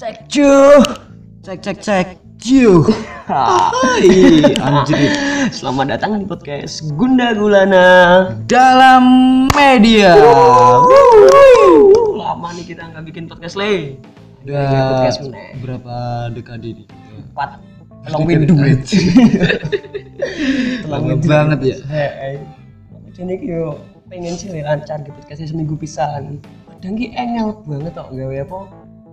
Cek cuh. Cek cek cek cuh. Hai, anjir. Selamat datang di podcast Gunda Gulana. Dalam media. Wuh, Lama nih kita nggak bikin podcast lagi. Udah Podcast Gunda. berapa dekade ini? Empat. Long wind duit. Lama banget ya. eh. Jadi yo pengen sih lancar di podcastnya seminggu pisan. Padahal ki engel banget kok gawe apa?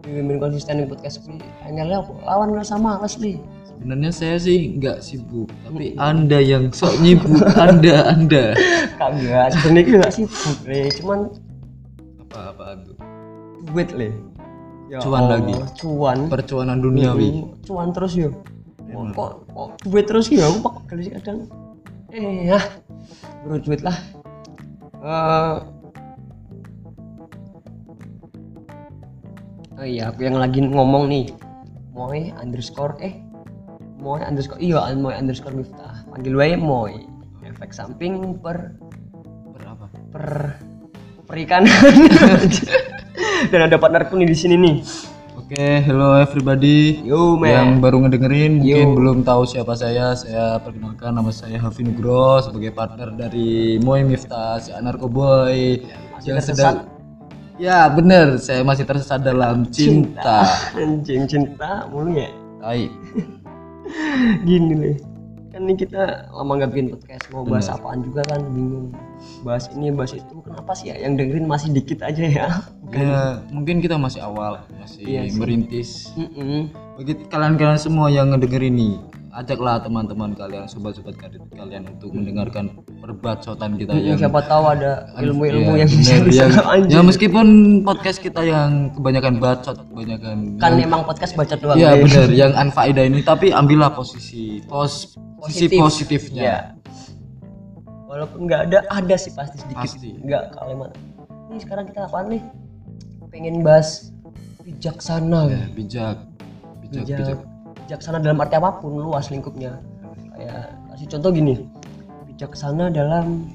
Gawe main konsisten di podcast ini. Engelnya apa? Lawan rasa males li. Sebenarnya saya sih nggak sibuk, tapi Anda yang sok nyibuk, Anda Anda. Kagak, sebenarnya ki nggak sibuk li. Cuman Apa-apa tuh? duit le ya Cuan Allah, lagi. cuan Percuanan duniawi. Iya, cuan terus yo Kok- kok kok duit terus yo aku pak kali sih kadang eh ah bro duit lah Eh, oh iya aku yang lagi ngomong nih moy underscore eh moy underscore iya moy underscore miftah panggil wae moy efek samping per Berapa? per perikanan dan ada partnerku nih di sini nih Oke, hello everybody. yo yang man baru ngedengerin mungkin Yo. belum tahu siapa saya saya perkenalkan nama saya Hafi Nugroho sebagai partner dari Moy Miftah si Anarko Boy masih yang tersesat. sedang ya bener saya masih tersesat dalam cinta, anjing cinta mulu ya Tai. gini nih kan ini kita lama nggak bikin podcast mau bahas apaan juga kan bingung bahas ini bahas itu kenapa sih ya yang dengerin masih dikit aja ya Ya, mungkin kita masih awal masih Iya sih. merintis Mm-mm. bagi kalian-kalian semua yang ngedengerin ini ajaklah teman-teman kalian sobat-sobat kalian- kalian untuk mendengarkan perbacotan kita Ini Iya, yang Ya, siapa tahu ada ilmu-ilmu Iya, yang bisa bener, bisa yang- anjing ya meskipun podcast kita yang kebanyakan bacot kebanyakan kan emang iya. podcast baca doang ya deh. benar yang anfaedah ini tapi ambillah posisi pos sisi Positif. Iya. positifnya Walaupun nggak ada, ada sih pasti sedikit. Pasti. iya. Nggak kalimat. Ini sekarang kita apaan nih? Pengen bahas bijaksana. Ya, bijak bijak Bijak. bijak Bijaksana dalam arti apapun, luas lingkupnya. Kayak kasih contoh gini. Bijaksana dalam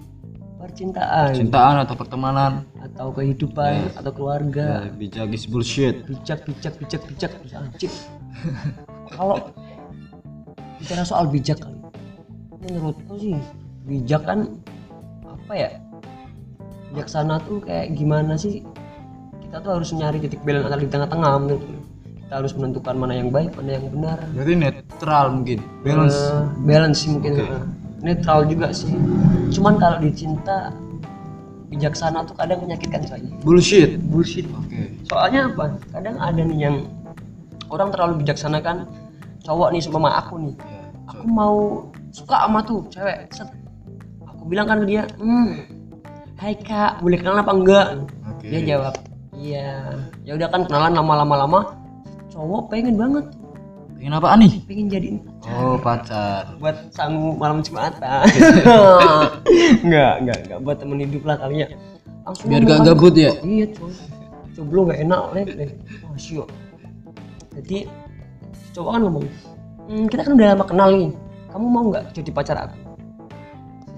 percintaan cintaan atau pertemanan atau kehidupan atau ya, keluarga. bijak is bullshit Bijak, bijak, bijak, bijak terus anjing. Kalau bicara soal bijak kali. Menurutku sih bijak kan apa ya? bijaksana tuh kayak gimana sih kita tuh harus nyari titik balance antara di tengah-tengah menurutku kita harus menentukan mana yang baik mana yang benar berarti netral mungkin balance Eh, balance sih mungkin Oke. eh. netral juga sih cuman kalau dicinta bijaksana tuh kadang menyakitkan soalnya bullshit bullshit oke soalnya apa kadang ada nih yang orang terlalu bijaksana kan cowok nih sama aku nih Ya, so- aku mau suka sama tuh cewek set. aku bilang kan ke dia hmm hai kak boleh kenalan apa enggak oke dia jawab iya ya udah kan kenalan lama-lama lama cowok pengen banget pengen apaan nih pengen jadiin oh pacar buat sangu malam jumatan enggak enggak enggak buat temen hidup lah kali ya langsung biar ngomong gak kan. gabut ya iya cuy jomblo gak enak lek lek masih yuk jadi cowok kan ngomong "Hmm, kita kan udah lama kenal nih kamu mau nggak jadi pacar aku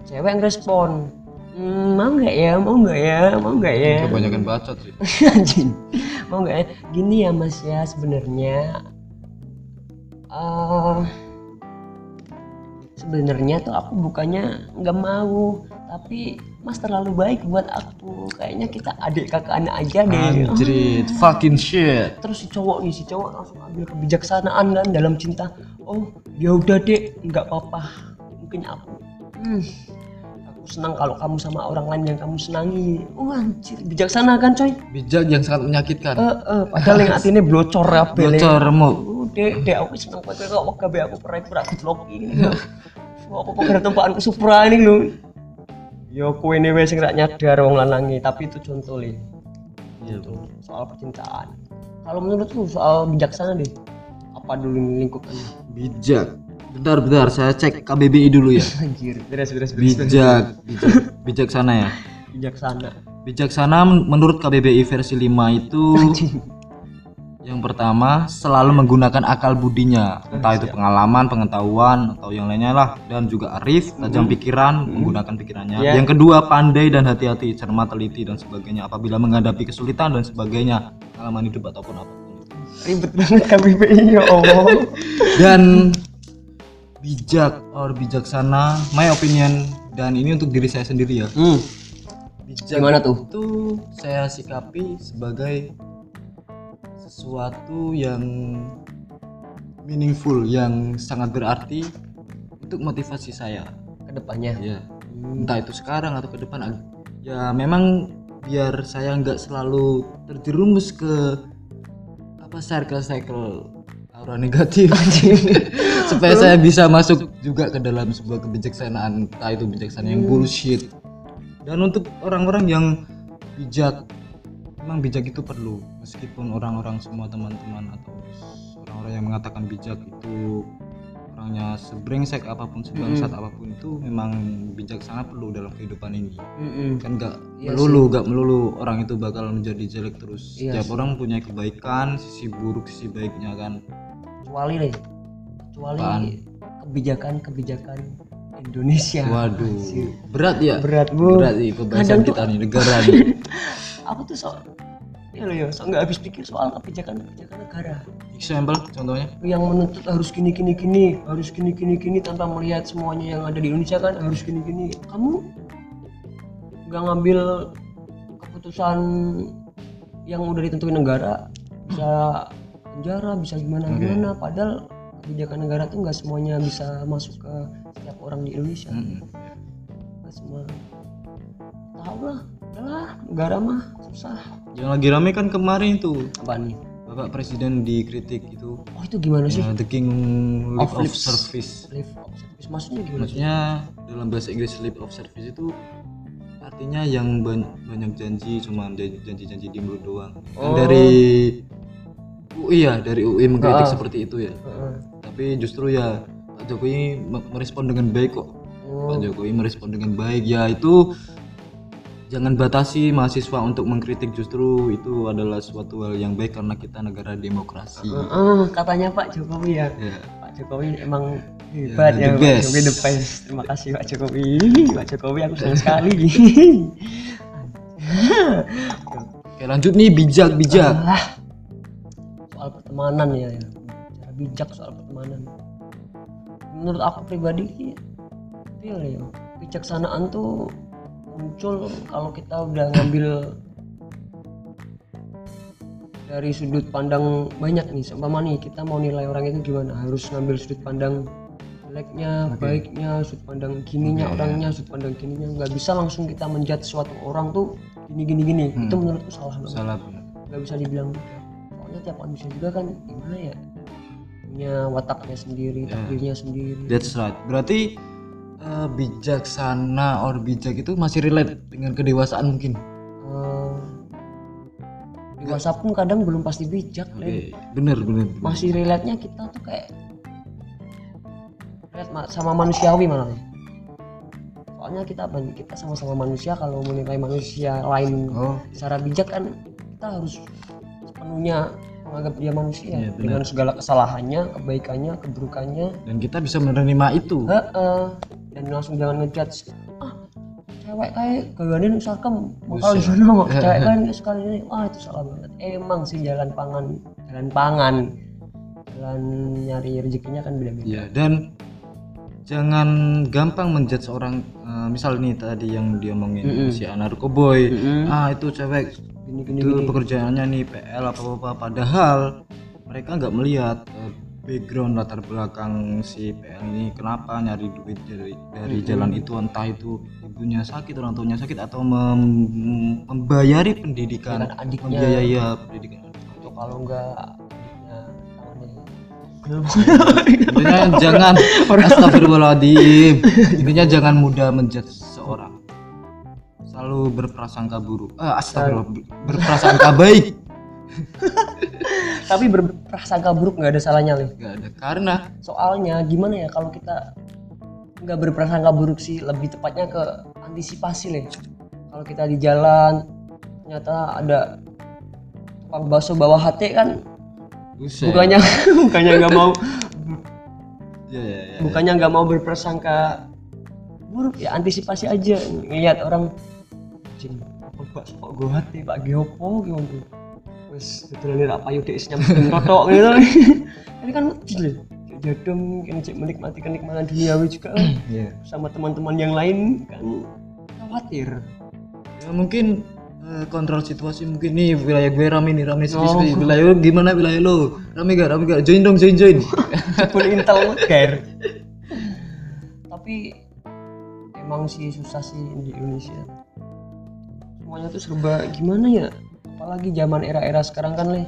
Si cewek ngerespon "Hmm, mau nggak ya mau nggak ya mau nggak ya kebanyakan bacot sih anjing mau nggak ya gini ya mas ya sebenarnya eh sebenarnya tuh aku bukannya nggak mau tapi mas terlalu baik buat aku kayaknya kita adik kakak anak aja deh Ah, Anjrit, fucking shit. terus si cowok nih si cowok langsung ambil kebijaksanaan kan dalam cinta oh ya udah deh nggak apa-apa mungkin aku hmm, aku senang kalau kamu sama orang lain yang kamu senangi oh anjir bijaksana kan coy Bijak yang sangat menyakitkan. Eh, eh, padahal yang hati ini blocor ya beli Bocor remuk. dek dek aku seneng kue kok wah gabe aku pernah pernah aku celok ini lho. Wah, apa gara tempaanku supra ini Ya, lu yo kue ini wes nggak nyadar wong lanangi tapi itu contoh li Iya, Bro. soal percintaan kalau menurutku soal bijaksana deh apa dulu nih lingkupannya Bijak. Bentar, bentar, saya cek KBBI dulu ya. anjir beres beres Bijak, bijak, bijaksana ya. bijaksana Bijaksana men- menurut KBBI versi 5 itu yang pertama selalu menggunakan akal budinya, entah itu pengalaman, pengetahuan atau yang lainnya lah dan juga arif, tajam pikiran, menggunakan pikirannya. Iya. Yang kedua pandai dan hati-hati, cermat, teliti dan sebagainya apabila menghadapi kesulitan dan sebagainya, pengalaman hidup ataupun apapun. ribet banget KBBI ya Allah dan bijak or bijaksana my opinion dan ini untuk diri saya sendiri ya hmm, bijak gimana tuh itu saya sikapi sebagai sesuatu yang meaningful yang sangat berarti untuk motivasi saya kedepannya ya Hmm, entah itu sekarang atau ke depan ag- ya memang biar saya nggak selalu terjerumus ke apa circle circle aura negatif supaya saya bisa masuk juga ke dalam sebuah kebijaksanaan entah itu bijaksana yang bullshit dan untuk orang-orang yang bijak memang bijak itu perlu meskipun orang-orang semua teman-teman atau orang-orang yang mengatakan bijak itu orangnya sebrengsek apapun sebangsat Hmm. apapun itu memang bijaksana perlu dalam kehidupan ini Mm-mm. kan nggak hmm, Iya melulu nggak melulu orang itu bakal menjadi jelek terus Iya setiap orang punya kebaikan sisi buruk sisi baiknya kan kecuali deh kecuali Apaan? kebijakan-kebijakan Indonesia waduh berat ya berat Iya, bu berat sih pembahasan Kadang tuh- kita nih negara nih aku tuh soal ya lo ya so nggak habis pikir soal kebijakan-kebijakan negara example contohnya yang menuntut harus gini gini gini harus gini gini gini tanpa melihat semuanya yang ada di Indonesia kan harus gini gini kamu nggak ngambil keputusan yang udah ditentuin negara bisa penjara bisa gimana gimana padahal kebijakan negara tuh nggak semuanya bisa masuk ke setiap orang di Indonesia Mm-mm. nggak semua tahu lah udahlah negara mah susah yang lagi rame kan kemarin tuh apa nih bapak presiden dikritik itu oh itu gimana sih ya, the king Of leave of, lips. service Live of service maksudnya gimana sih? maksudnya dalam bahasa Inggris leave of service itu artinya yang ban- banyak janji cuma jan- janji-janji di mulut doang Kan Oh. dari UI ya dari UI mengkritik Ah. seperti itu ya Heeh. tapi justru ya Pak Jokowi me- merespon dengan baik kok Oh. Pak Jokowi merespon dengan baik ya itu jangan batasi mahasiswa untuk mengkritik justru itu adalah suatu hal yang baik karena kita negara demokrasi Heeh, katanya Pak Jokowi ya. ya Pak Jokowi emang hebat Ya, ya, the Pak best. Jokowi the best. Terima kasih Pak Jokowi. Pak Jokowi aku senang sekali. oke lanjut nih bijak bijak Ah. soal pertemanan ya, ya. Cara bijak soal pertemanan. Menurut aku pribadi feel ya, bijaksanaan tuh muncul kalau kita udah ngambil dari sudut pandang banyak nih seumpama nih kita mau nilai orang itu gimana harus ngambil sudut pandang jeleknya baiknya sudut pandang gininya orangnya sudut pandang gininya nggak bisa langsung kita menjat suatu orang tuh gini gini gini itu menurutku salah banget salah nggak bisa dibilang juga soalnya tiap manusia juga kan gimana ya punya wataknya sendiri Iya. takdirnya sendiri That's right. Berarti eh, bijaksana or bijak itu masih relate dengan kedewasaan mungkin. Eh, dewasa pun kadang belum pasti bijak Len. Oke, Eh, bener bener. bener. masih relate nya kita tuh kayak relate ma- sama manusiawi malah soalnya kita ban- kita sama-sama manusia kalau menilai manusia lain Oh, secara bijak kan kita harus sepenuhnya menganggap dia manusia Iya, benar. dengan segala kesalahannya kebaikannya keburukannya dan kita bisa menerima itu. Heeh. dan langsung jangan ngejudge ah cewek kayak gawanin sarkem bakal di Buset. sana kok cewek kan sekali ini wah itu salah banget emang sih jalan pangan jalan pangan jalan nyari rezekinya kan beda-beda Ya, dan jangan gampang menjudge orang eh, misal nih tadi yang dia ngomongin si anarko boy. Ah, itu cewek gini gini itu pekerjaannya nih PL apa apa padahal mereka nggak melihat eh, background latar belakang si PL ini kenapa nyari duit dari dari jalan itu entah itu ibunya sakit orang tuanya sakit atau mem- membayari pendidikan Dengan adiknya. membiayai ya, pendidikan Tuh, kalau enggak adiknya tangannya intinya jangan astagfirullahaladzim intinya jangan mudah menjudge seorang selalu berprasangka buruk ah astagfirullah ber- berprasangka baik tapi berprasangka buruk nggak ada salahnya Lim. nggak ada karena soalnya gimana ya kalau kita nggak berprasangka buruk sih lebih tepatnya ke antisipasi nih kalau kita di jalan ternyata ada tukang bakso bawa hati kan buset. bukannya bukannya nggak mau Ya, ya, ya. bukannya nggak mau berprasangka buruk ya antisipasi aja ngelihat orang jing tukang bakso kok gue hati pak geopo gimana wes dodolane rak payu dhek nyambung rotok gitu. Tapi kan jadom kan cek menikmati kenikmatan duniawi juga kan. Iya. sama teman-teman yang lain kan khawatir. Ya mungkin eh, kontrol situasi mungkin nih wilayah gue rame nih rame sepi Oh. sepi wilayah lu gimana wilayah lo rame gak rame gak join dong join join Jebul intel ger. Tapi emang sih susah sih di Indonesia. Semuanya tuh serba gimana ya? Apalagi zaman era-era sekarang kan leh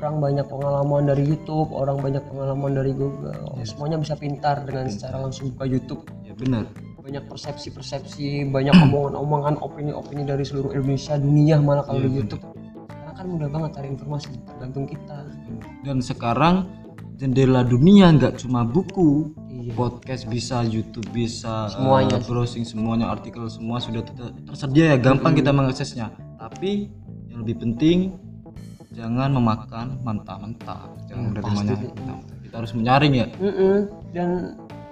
orang banyak pengalaman dari YouTube, orang banyak pengalaman dari Google. Semuanya bisa pintar dengan secara langsung buka YouTube. ya benar Banyak persepsi-persepsi, banyak omongan-omongan, opini-opini dari seluruh Indonesia, dunia malah kalau Iya, di gitu. YouTube. Karena kan mudah banget cari informasi, tergantung kita. dan sekarang jendela dunia nggak cuma buku Iya. podcast bisa YouTube bisa eh, Semuanya. browsing semuanya artikel semua sudah ter- tersedia ya gampang kita mengaksesnya tapi yang lebih penting jangan memakan mentah-mentah jangan udah Mm, pasti. temannya kita harus menyaring ya Mm-mm. Dan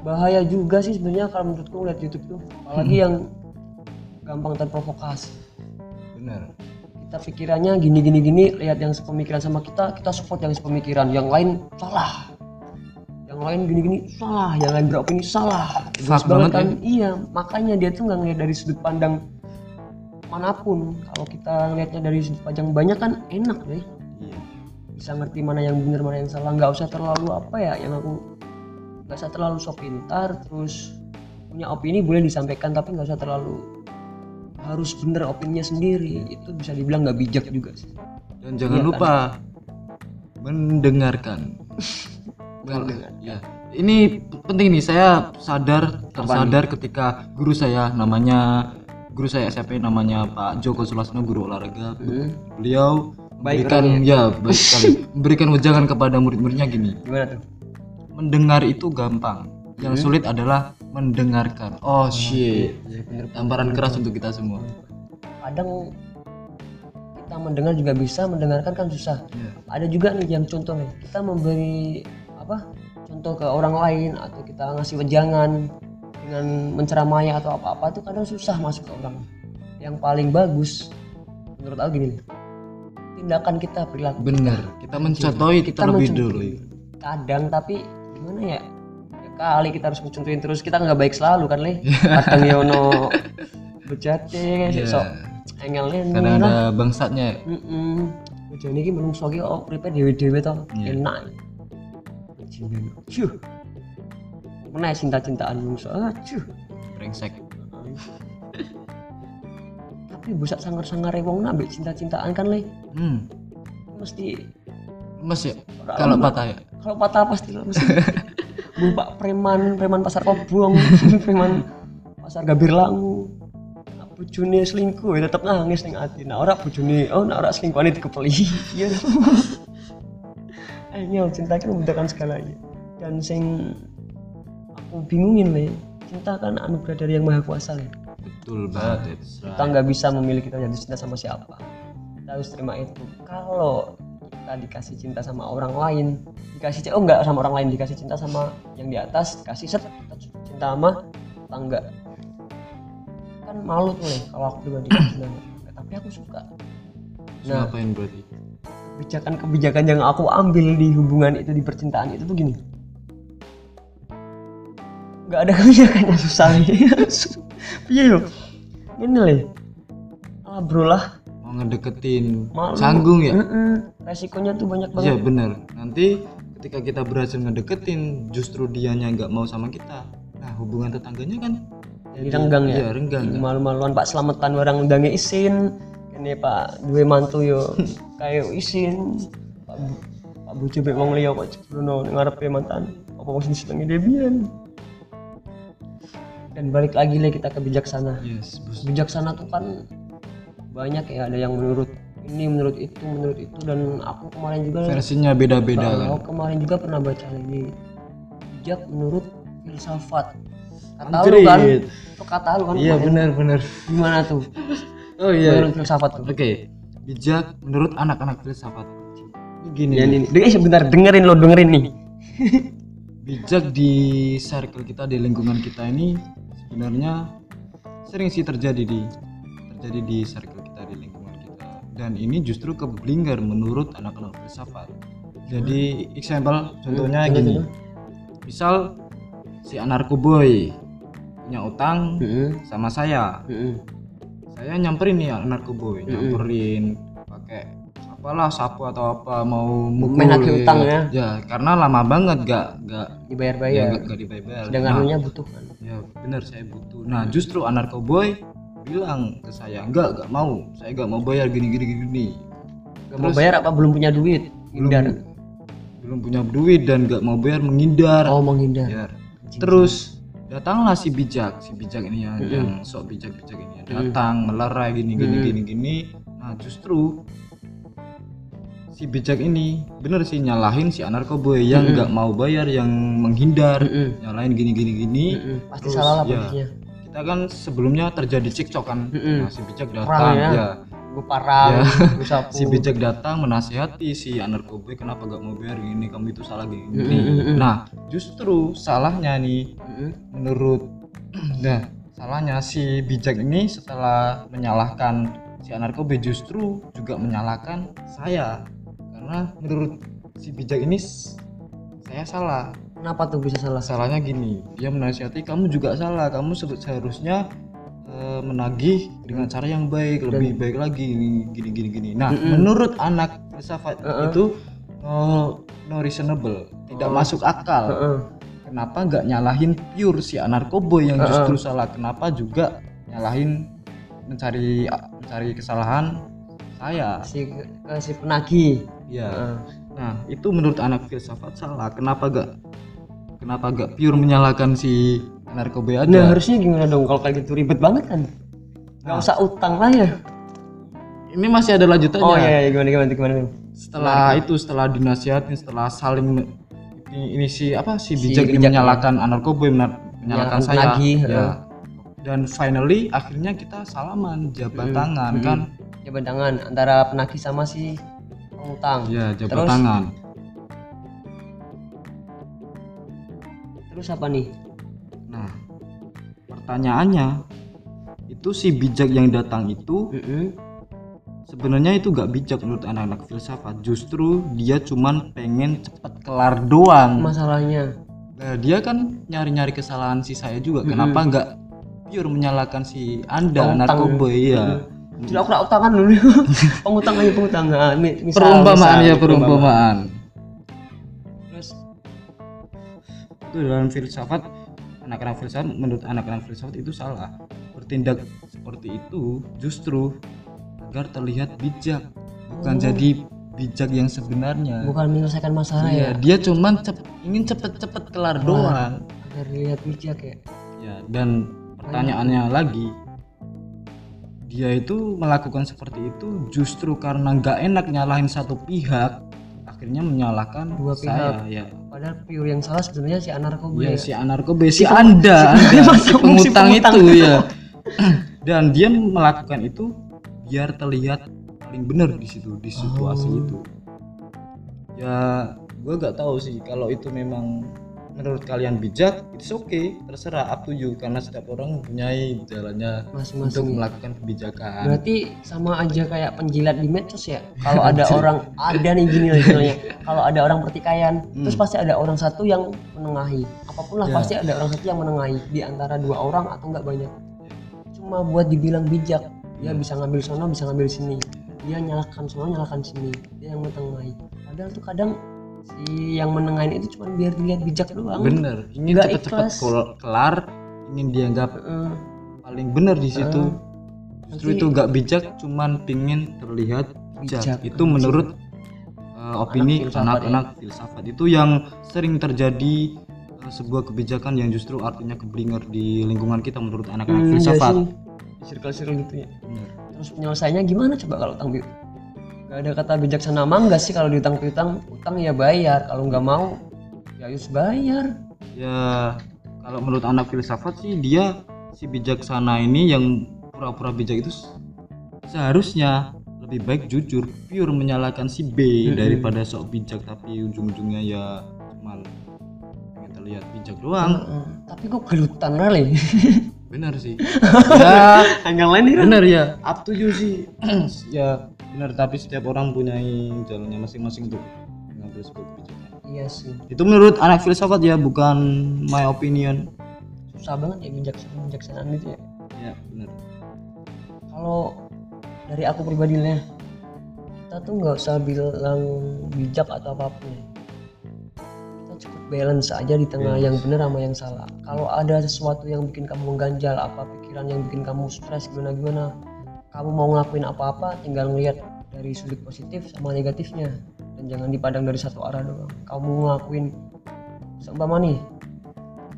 bahaya juga sih sebenarnya kalau menurutku lihat YouTube tuh, apalagi yang gampang terprovokasi. benar Kita pikirannya gini gini gini, lihat yang sepemikiran sama kita, kita support yang sepemikiran. Yang lain salah. Yang lain gini gini salah, yang lain beropini salah. Fuck Egois banget banget kan? Iya, makanya dia tuh nggak ngeliat dari sudut pandang manapun. Kalau kita ngelihatnya dari sudut pandang banyak kan enak deh iya bisa ngerti mana yang benar mana yang salah nggak usah terlalu apa ya yang aku nggak usah terlalu sok pintar terus punya opini boleh disampaikan tapi nggak usah terlalu harus bener opininya sendiri itu bisa dibilang nggak bijak juga sih dan jangan Iya, lupa mendengarkan Kalau- ya. ini p- penting nih saya sadar tersadar ketika guru saya namanya guru saya SMP namanya Pak Joko Sulasno guru olahraga beliau Baik memberikan ya baik sekali memberikan wejangan kepada murid-muridnya gini gimana tuh mendengar itu gampang yang sulit adalah mendengarkan oh shit ya bener tamparan keras untuk kita semua kadang kita mendengar juga bisa mendengarkan kan susah Iya. ada juga nih yang contohnya kita memberi apa contoh ke orang lain atau kita ngasih wejangan dengan menceramai atau apa-apa itu kadang susah masuk ke orang yang paling bagus menurut aku gini nih, tindakan kita perilaku bener kita mencotohi kita, lebih mencontoh. dulu kadang tapi gimana ya Ya kali kita harus mencontohin terus kita nggak baik selalu kan leh kadang yono becate Iya. ya, sok ya Iya. engel kadang ada bangsatnya Heeh. Udah niki menungso ki oh uripe dhewe-dhewe to. Enak. Bajingan. Cuh. Meneh cinta-cintaan menungso. Ah, cuh. brengsek Tapi busak sangar-sangare wong nak mbek cinta-cintaan kan le. hmm Mesti lemes ya kalau patah ya kalau patah pasti lemes. Bu Pak preman, preman pasar kobong, preman pasar gabir langu. Nak bojone selingkuh ya tetep nangis ning ati. Nak ora bojone, oh nak ora selingkuhane dikepeli. Iya. Anyel cinta kan memudahkan segalanya. Dan sing aku bingungin le, cinta kan anugerah dari yang maha kuasa ya. le. betul banget it's right. Kita nggak bisa memilih kita jatuh cinta sama siapa. Kita harus terima itu. Kalau kita dikasih cinta sama orang lain, dikasih cinta, oh nggak sama orang lain, dikasih cinta sama yang di atas, dikasih set, kita cinta sama tangga. Kan malu tuh nih kalau aku pribadi kan cinta. Tapi aku suka. Terus Nah, ngapain berarti kebijakan-kebijakan yang aku ambil di hubungan itu di percintaan itu tuh gini nggak ada kebijakan yang susah nih iya yo ini leh ah bro lah mau ngedeketin Malu. sanggung ya Mm-mm. resikonya tuh banyak banget iya bener nanti ketika kita berhasil ngedeketin justru dianya nggak mau sama kita nah hubungan tetangganya kan Jadi renggang ya? iya renggang malu-maluan pak selamatan orang undange isin ini pak dua mantu yo kayak isin pak, Bu- pak bucu bek wong liya kok Bruno ngarepe mantan apa wong sing senengi Debian dan balik lagi lah kita ke bijaksana yes bos bijaksana tuh kan banyak ya ada yang menurut ini menurut itu menurut itu dan aku kemarin juga versinya beda-beda kan aku Nah, oh, kemarin juga pernah baca ini bijak menurut filsafat kata lu kan Anjrit. itu kata lu kan iya bener bener gimana tuh oh iya menurut filsafat tuh oke bijak menurut anak-anak filsafat ini gini ya ini eh sebentar dengerin lo dengerin nih bijak di circle kita di lingkungan kita ini sebenarnya sering sih terjadi di terjadi di circle kita di lingkungan kita dan ini justru keblinger menurut anak-anak filsafat jadi example contohnya contoh, gini contoh. misal si anarko boy punya utang Heeh. sama saya Heeh. saya nyamperin nih anarko boy Mm-mm. nyamperin pakai apalah sapu atau apa mau mukul Menagih utang ya. ya karena lama banget gak gak ya, Dibayar-bayar. gak, gak dibayar Sedangkan Nah, hanya butuh kan. ya benar saya butuh nah justru anarko boy bilang ke saya enggak enggak mau saya enggak mau bayar gini gini gini, gini Gak mau Terus- bayar apa belum punya duit? Hindar. belum punya duit dan enggak mau bayar menghindar Oh menghindar. Ya. Anjing. Hmm. terus datanglah si bijak si bijak ini yang, Mm-mm. yang sok bijak bijak ini Hmm. datang melerai gini gini Mm-mm. gini gini nah justru si bijak ini bener sih nyalahin si anarko boy yang Mm-mm. enggak mau bayar yang menghindar Mm-mm. nyalahin gini gini gini Mm-mm. Pasti Terus, salah lah ya. posisinya. kita kan sebelumnya terjadi cekcok kan Mm-mm. nah, si bijak datang ya. Oh. ya. Gue parah, Ya. gue sapu. si bijak datang menasihati si anarko boy kenapa gak mau bayar gini kamu itu salah gini, gini. Mm-mm. nah justru salahnya nih Mm-mm. menurut nah salahnya si bijak ini setelah menyalahkan si anarko boy justru juga menyalahkan saya karena menurut si bijak ini s- saya salah Kenapa tuh bisa salah? salahnya gini dia menasihati kamu juga salah kamu se- seharusnya eh, menagih dengan cara yang baik lebih baik lagi gini gini gini, gini. nah Mm-mm. menurut anak filsafat Uh-uh. itu no, no reasonable tidak Oh. masuk akal Heeh. kenapa nggak nyalahin pure si anarkoboy yang Uh-uh. justru salah kenapa juga nyalahin mencari mencari kesalahan saya Si eh, si penagih. ya Heeh. Nah, itu menurut anak filsafat salah. Kenapa gak kenapa gak pure menyalahkan si narkoba Nah aja? harusnya gimana dong kalau kayak gitu ribet banget kan? Gak Nah. usah utang lah ya. Ini masih ada lanjutannya. Oh iya, iya gimana gimana gimana. gimana. Setelah itu, setelah dinasihatin, setelah saling me- ini, ini si apa si Si bijak Ya, ini bijak. menyalahkan narkoba mena- menyalahkan Menyalahkan saya. penagih, Ya. Dan finally akhirnya kita salaman jabat Mm, tangan mm. kan? Jabat tangan antara penagih sama si utang. Ya, jabat Terus? tangan. Terus apa nih? Nah, pertanyaannya itu si bijak yang datang itu Heeh. Sebenarnya itu gak bijak menurut anak-anak filsafat. Justru dia cuman pengen cepet kelar doang. Masalahnya. Nah, dia kan nyari-nyari kesalahan si saya juga. Kenapa nggak pure menyalahkan si Anda Pengutang. narkoba ya? Sudah aku nak utangan dulu. pengutang aja pengutang. Nah, mi- misal, Perumpamaan misal, ya perumpamaan. Terus Itu dalam filsafat anak-anak filsafat menurut anak-anak filsafat itu salah. Bertindak seperti itu justru agar terlihat bijak, bukan Oh. jadi bijak yang sebenarnya. bukan menyelesaikan masalah Iya, ya. dia cuman cep- ingin cepet-cepet kelar doang. Agar lihat bijak ya. Ya, dan pertanyaannya lagi, dia itu melakukan seperti itu justru karena nggak enak nyalahin satu pihak, akhirnya menyalahkan Dua saya. Ya, Padahal pure yang salah sebenarnya si anarko ya gue. si anarko si anda, Anda, si Iya. si pengutang pengutang. itu ya. dan dia melakukan itu biar terlihat paling benar di situ di situasi Oh. itu. Ya, gue nggak tahu sih kalau itu memang menurut kalian bijak, it's okay, terserah up to you karena setiap orang mempunyai jalannya untuk Masing-masing. ya. melakukan kebijakan. Berarti sama aja kayak penjilat di medsos ya. Kalau ada orang ada nih gini loh istilahnya. Kalau ada orang pertikaian, terus pasti ada orang satu yang menengahi. Apapun lah Ya. pasti ada orang satu yang menengahi di antara dua orang atau enggak banyak. Cuma buat dibilang bijak. Ya. Dia bisa ngambil sono, bisa ngambil sini. Dia nyalakan sono, nyalakan sini. Dia yang menengahi. Padahal tuh kadang si yang menengahin itu cuma biar dilihat bijak doang. Bener, ingin Nggak cepet-cepet ikhlas. kol- kelar, ingin dianggap Heeh. paling benar di situ. Justru Ah. nanti- itu nggak bijak, cuman pingin terlihat bijak. Bijak, Itu anjing. menurut uh, opini filsafat ya. anak-anak filsafat itu yang sering terjadi uh, sebuah kebijakan yang justru artinya keblinger di lingkungan kita menurut anak-anak Hmm, iya filsafat. sih. Di circle-circle gitu ya. Bener. Terus penyelesaiannya gimana coba kalau utang piutang? Gak ada kata bijaksana mangga sih kalau diutang piutang, utang ya bayar. Kalau nggak mau, ya harus bayar. Ya kalau menurut anak filsafat sih dia si bijaksana ini yang pura-pura bijak itu se- seharusnya lebih baik jujur pure menyalahkan si B Mm-mm. daripada sok bijak tapi ujung-ujungnya ya cuman pengen terlihat bijak doang. Tapi kok gelutan kali. Bener sih. ya Yang lain nih bener ya up to you sih ya benar tapi setiap orang punya jalannya masing-masing untuk mengambil sebuah kebijakan iya sih itu menurut anak filsafat ya bukan my opinion susah banget ya bijaksana bijaksanaan gitu ya ya benar kalau dari aku pribadinya kita tuh nggak usah bilang bijak atau apapun kita cukup balance aja di tengah yang benar sama yang salah kalau ada sesuatu yang bikin kamu mengganjal apa pikiran yang bikin kamu stres gimana gimana kamu mau ngelakuin apa-apa tinggal ngelihat dari sudut positif sama negatifnya dan jangan dipandang dari satu arah doang kamu ngelakuin seumpama nih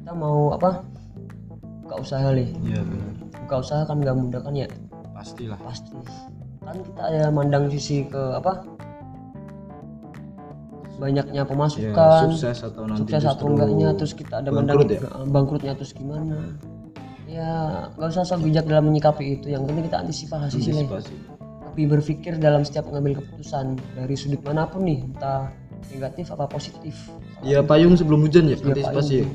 kita mau apa buka usaha nih iya benar buka usaha kan nggak mudah kan ya pastilah pasti kan kita ada mandang sisi ke apa ya, banyaknya pemasukan sukses sukses, atau nanti atau justru enggaknya terus kita ada mandang bangkrut ya? juga, ah, bangkrutnya terus gimana ya nggak usah sok bijak dalam menyikapi itu yang penting kita antisipasi sih Leh. antisipasi. tapi berpikir dalam setiap mengambil keputusan dari sudut manapun nih entah negatif apa positif Iya payung sebelum hujan ya Ya, Pak, antisipasi. ini.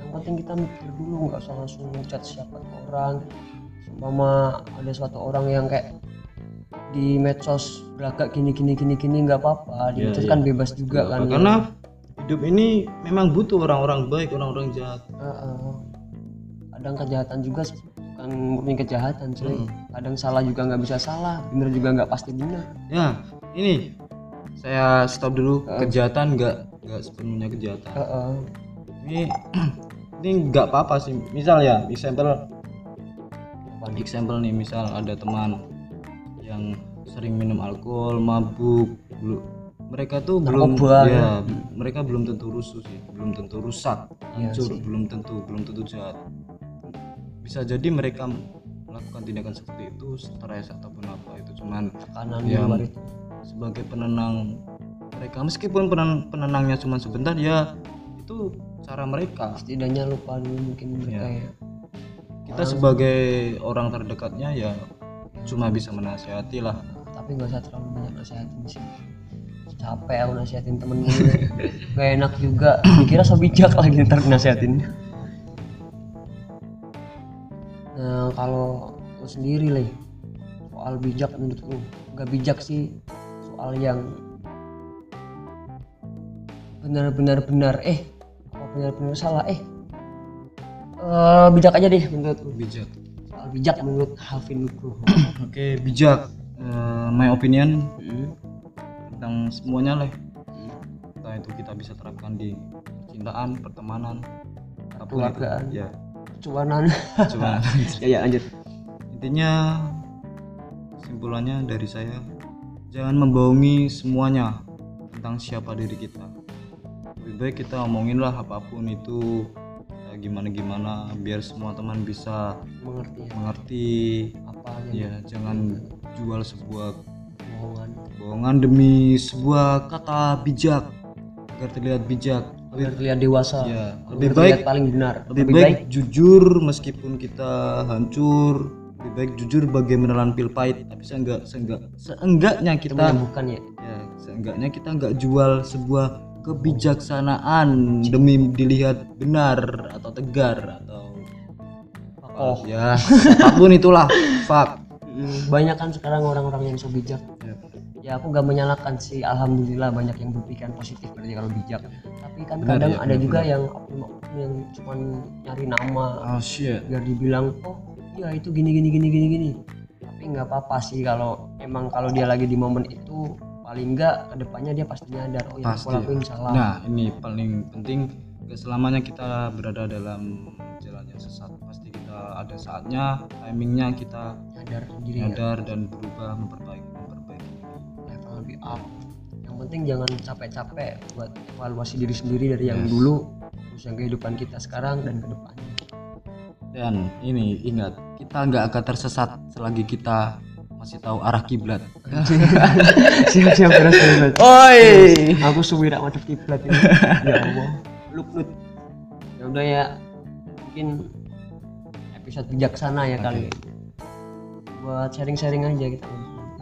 yang penting kita mikir dulu nggak usah langsung ngechat siapa ke orang seumpama ada suatu orang yang kayak di medsos belagak gini gini gini gini nggak apa-apa Iya, di medsos iya. kan bebas juga kan ya. Karena hidup ini memang butuh orang-orang baik, orang-orang jahat. Heeh. kadang kejahatan juga se- bukan murni kejahatan cuy Hmm. kadang salah juga nggak bisa salah bener juga nggak pasti bener Ya, ini saya stop dulu Ah. kejahatan nggak nggak sepenuhnya kejahatan. Heeh. Ini ini nggak apa-apa sih. Misal ya, example Apaan? example nih misal ada teman yang sering minum alkohol, mabuk, belum mereka tuh belum Narkoba, ya, mereka belum tentu rusuh sih, belum tentu rusak, Iya hancur, sih. belum tentu, belum tentu jahat. Bisa jadi mereka melakukan tindakan seperti itu stres ataupun apa itu cuman tekanan di Iya. luar itu sebagai penenang mereka meskipun penen- penenangnya cuma sebentar ya itu cara mereka setidaknya lupa dulu mungkin Iya. mereka ya kita sebagai orang terdekatnya ya cuma bisa menasihati lah tapi nggak usah terlalu banyak nasihatin sih capek aku nasihatin temen gue gak enak juga dikira so bijak lagi ntar nasihatin nah kalau lu sendiri leh soal bijak menurut lu nggak bijak sih soal yang benar-benar benar eh apa benar-benar salah eh Eh, bijak aja deh menurut lu bijak soal bijak menurut Hafin Nugro oke bijak Eh, my opinion Mm. tentang semuanya lah entah itu kita bisa terapkan di percintaan pertemanan apapun itu. Keluargaan. ya cuanan cuma ya ya lanjut intinya kesimpulannya dari saya jangan membohongi semuanya tentang siapa diri kita lebih baik kita omongin lah apapun itu gimana gimana biar semua teman bisa mengerti ya, mengerti apa yang ya jangan jual sebuah kebohongan bohongan demi sebuah kata bijak agar terlihat bijak agar terlihat dewasa ya agar lebih terlihat baik paling benar lebih, baik, jujur meskipun kita hancur lebih baik jujur bagaimana menelan pil pahit tapi seenggak seenggak seenggaknya kita kita menyembuhkan ya ya seenggaknya kita nggak jual sebuah kebijaksanaan demi dilihat benar atau tegar atau oh ya apapun itulah fuck banyak kan sekarang orang-orang yang so bijak ya, ya aku nggak menyalahkan sih alhamdulillah banyak yang berpikiran positif berarti kalau bijak tapi kan Iya. Benar kadang ya, ada benar, juga yang oknum-oknum yang cuman nyari nama oh shit biar dibilang oh iya itu gini gini gini gini gini tapi nggak apa-apa sih kalau emang kalau dia lagi di momen itu paling nggak kedepannya dia pasti nyadar oh yang aku Pasti. lakuin salah Nah, ini paling penting gak selamanya kita berada dalam jalan yang sesat. Pasti kita ada saatnya, timingnya kita nyadar sendiri ya, sadar dan berubah memperbaiki memperbaiki. level lebih up yang penting jangan capek-capek buat evaluasi diri sendiri dari yang dulu terus yang kehidupan kita sekarang dan kedepannya Dan ini ingat, kita nggak akan tersesat selagi kita masih tahu arah kiblat. siap-siap terus terus Oi. aku suwira madep kiblat ini ya Allah luput ya udah ya mungkin episode bijaksana ya kali buat sharing-sharing aja kita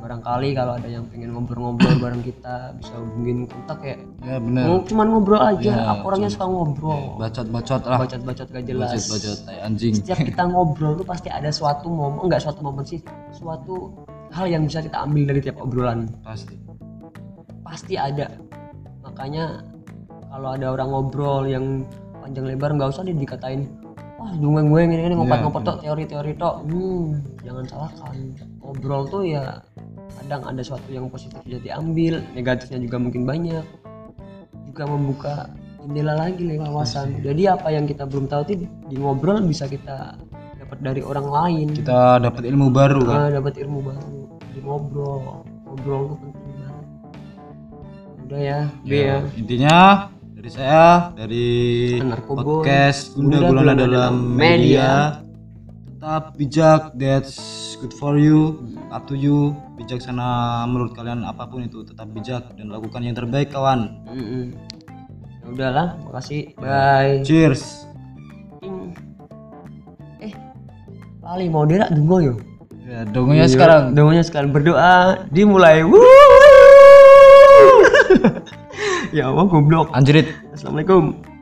barangkali kalau ada yang pengen ngobrol-ngobrol bareng kita bisa hubungin kontak ya Ya benar. Mau cuman ngobrol aja Ya, aku orangnya suka ngobrol Bacot-bacot lah. bacot-bacot gak Oh. jelas Bacot-bacot tai anjing. setiap kita ngobrol tuh pasti ada suatu momen enggak suatu momen sih suatu hal yang bisa kita ambil dari tiap obrolan pasti pasti ada makanya kalau ada orang ngobrol yang panjang lebar nggak usah deh dikatain wah dungeng gue ini ini ngompat ngompat tok teori-teori tok hmm jangan salahkan ngobrol tuh ya kadang ada sesuatu yang positif bisa diambil negatifnya juga mungkin banyak juga membuka jendela lagi nih wawasan jadi apa yang kita belum tahu tuh di ngobrol bisa kita dapat dari orang lain kita dapat ilmu baru kan Ah, dapat ilmu baru di ngobrol ngobrol tuh penting banget udah ya B ya Iya, intinya dari saya dari Narkoboy. podcast Bunda Bunda Gulana Gulana dalam Dalam media. tetap bijak that's good for you up to you bijaksana menurut kalian apapun itu tetap bijak dan lakukan yang terbaik kawan Mm-mm. ya udahlah makasih bye cheers eh lali mau derak dungo yo ya dongengnya sekarang dungonya sekarang berdoa dimulai Wuh. ya Allah goblok anjrit Ya assalamualaikum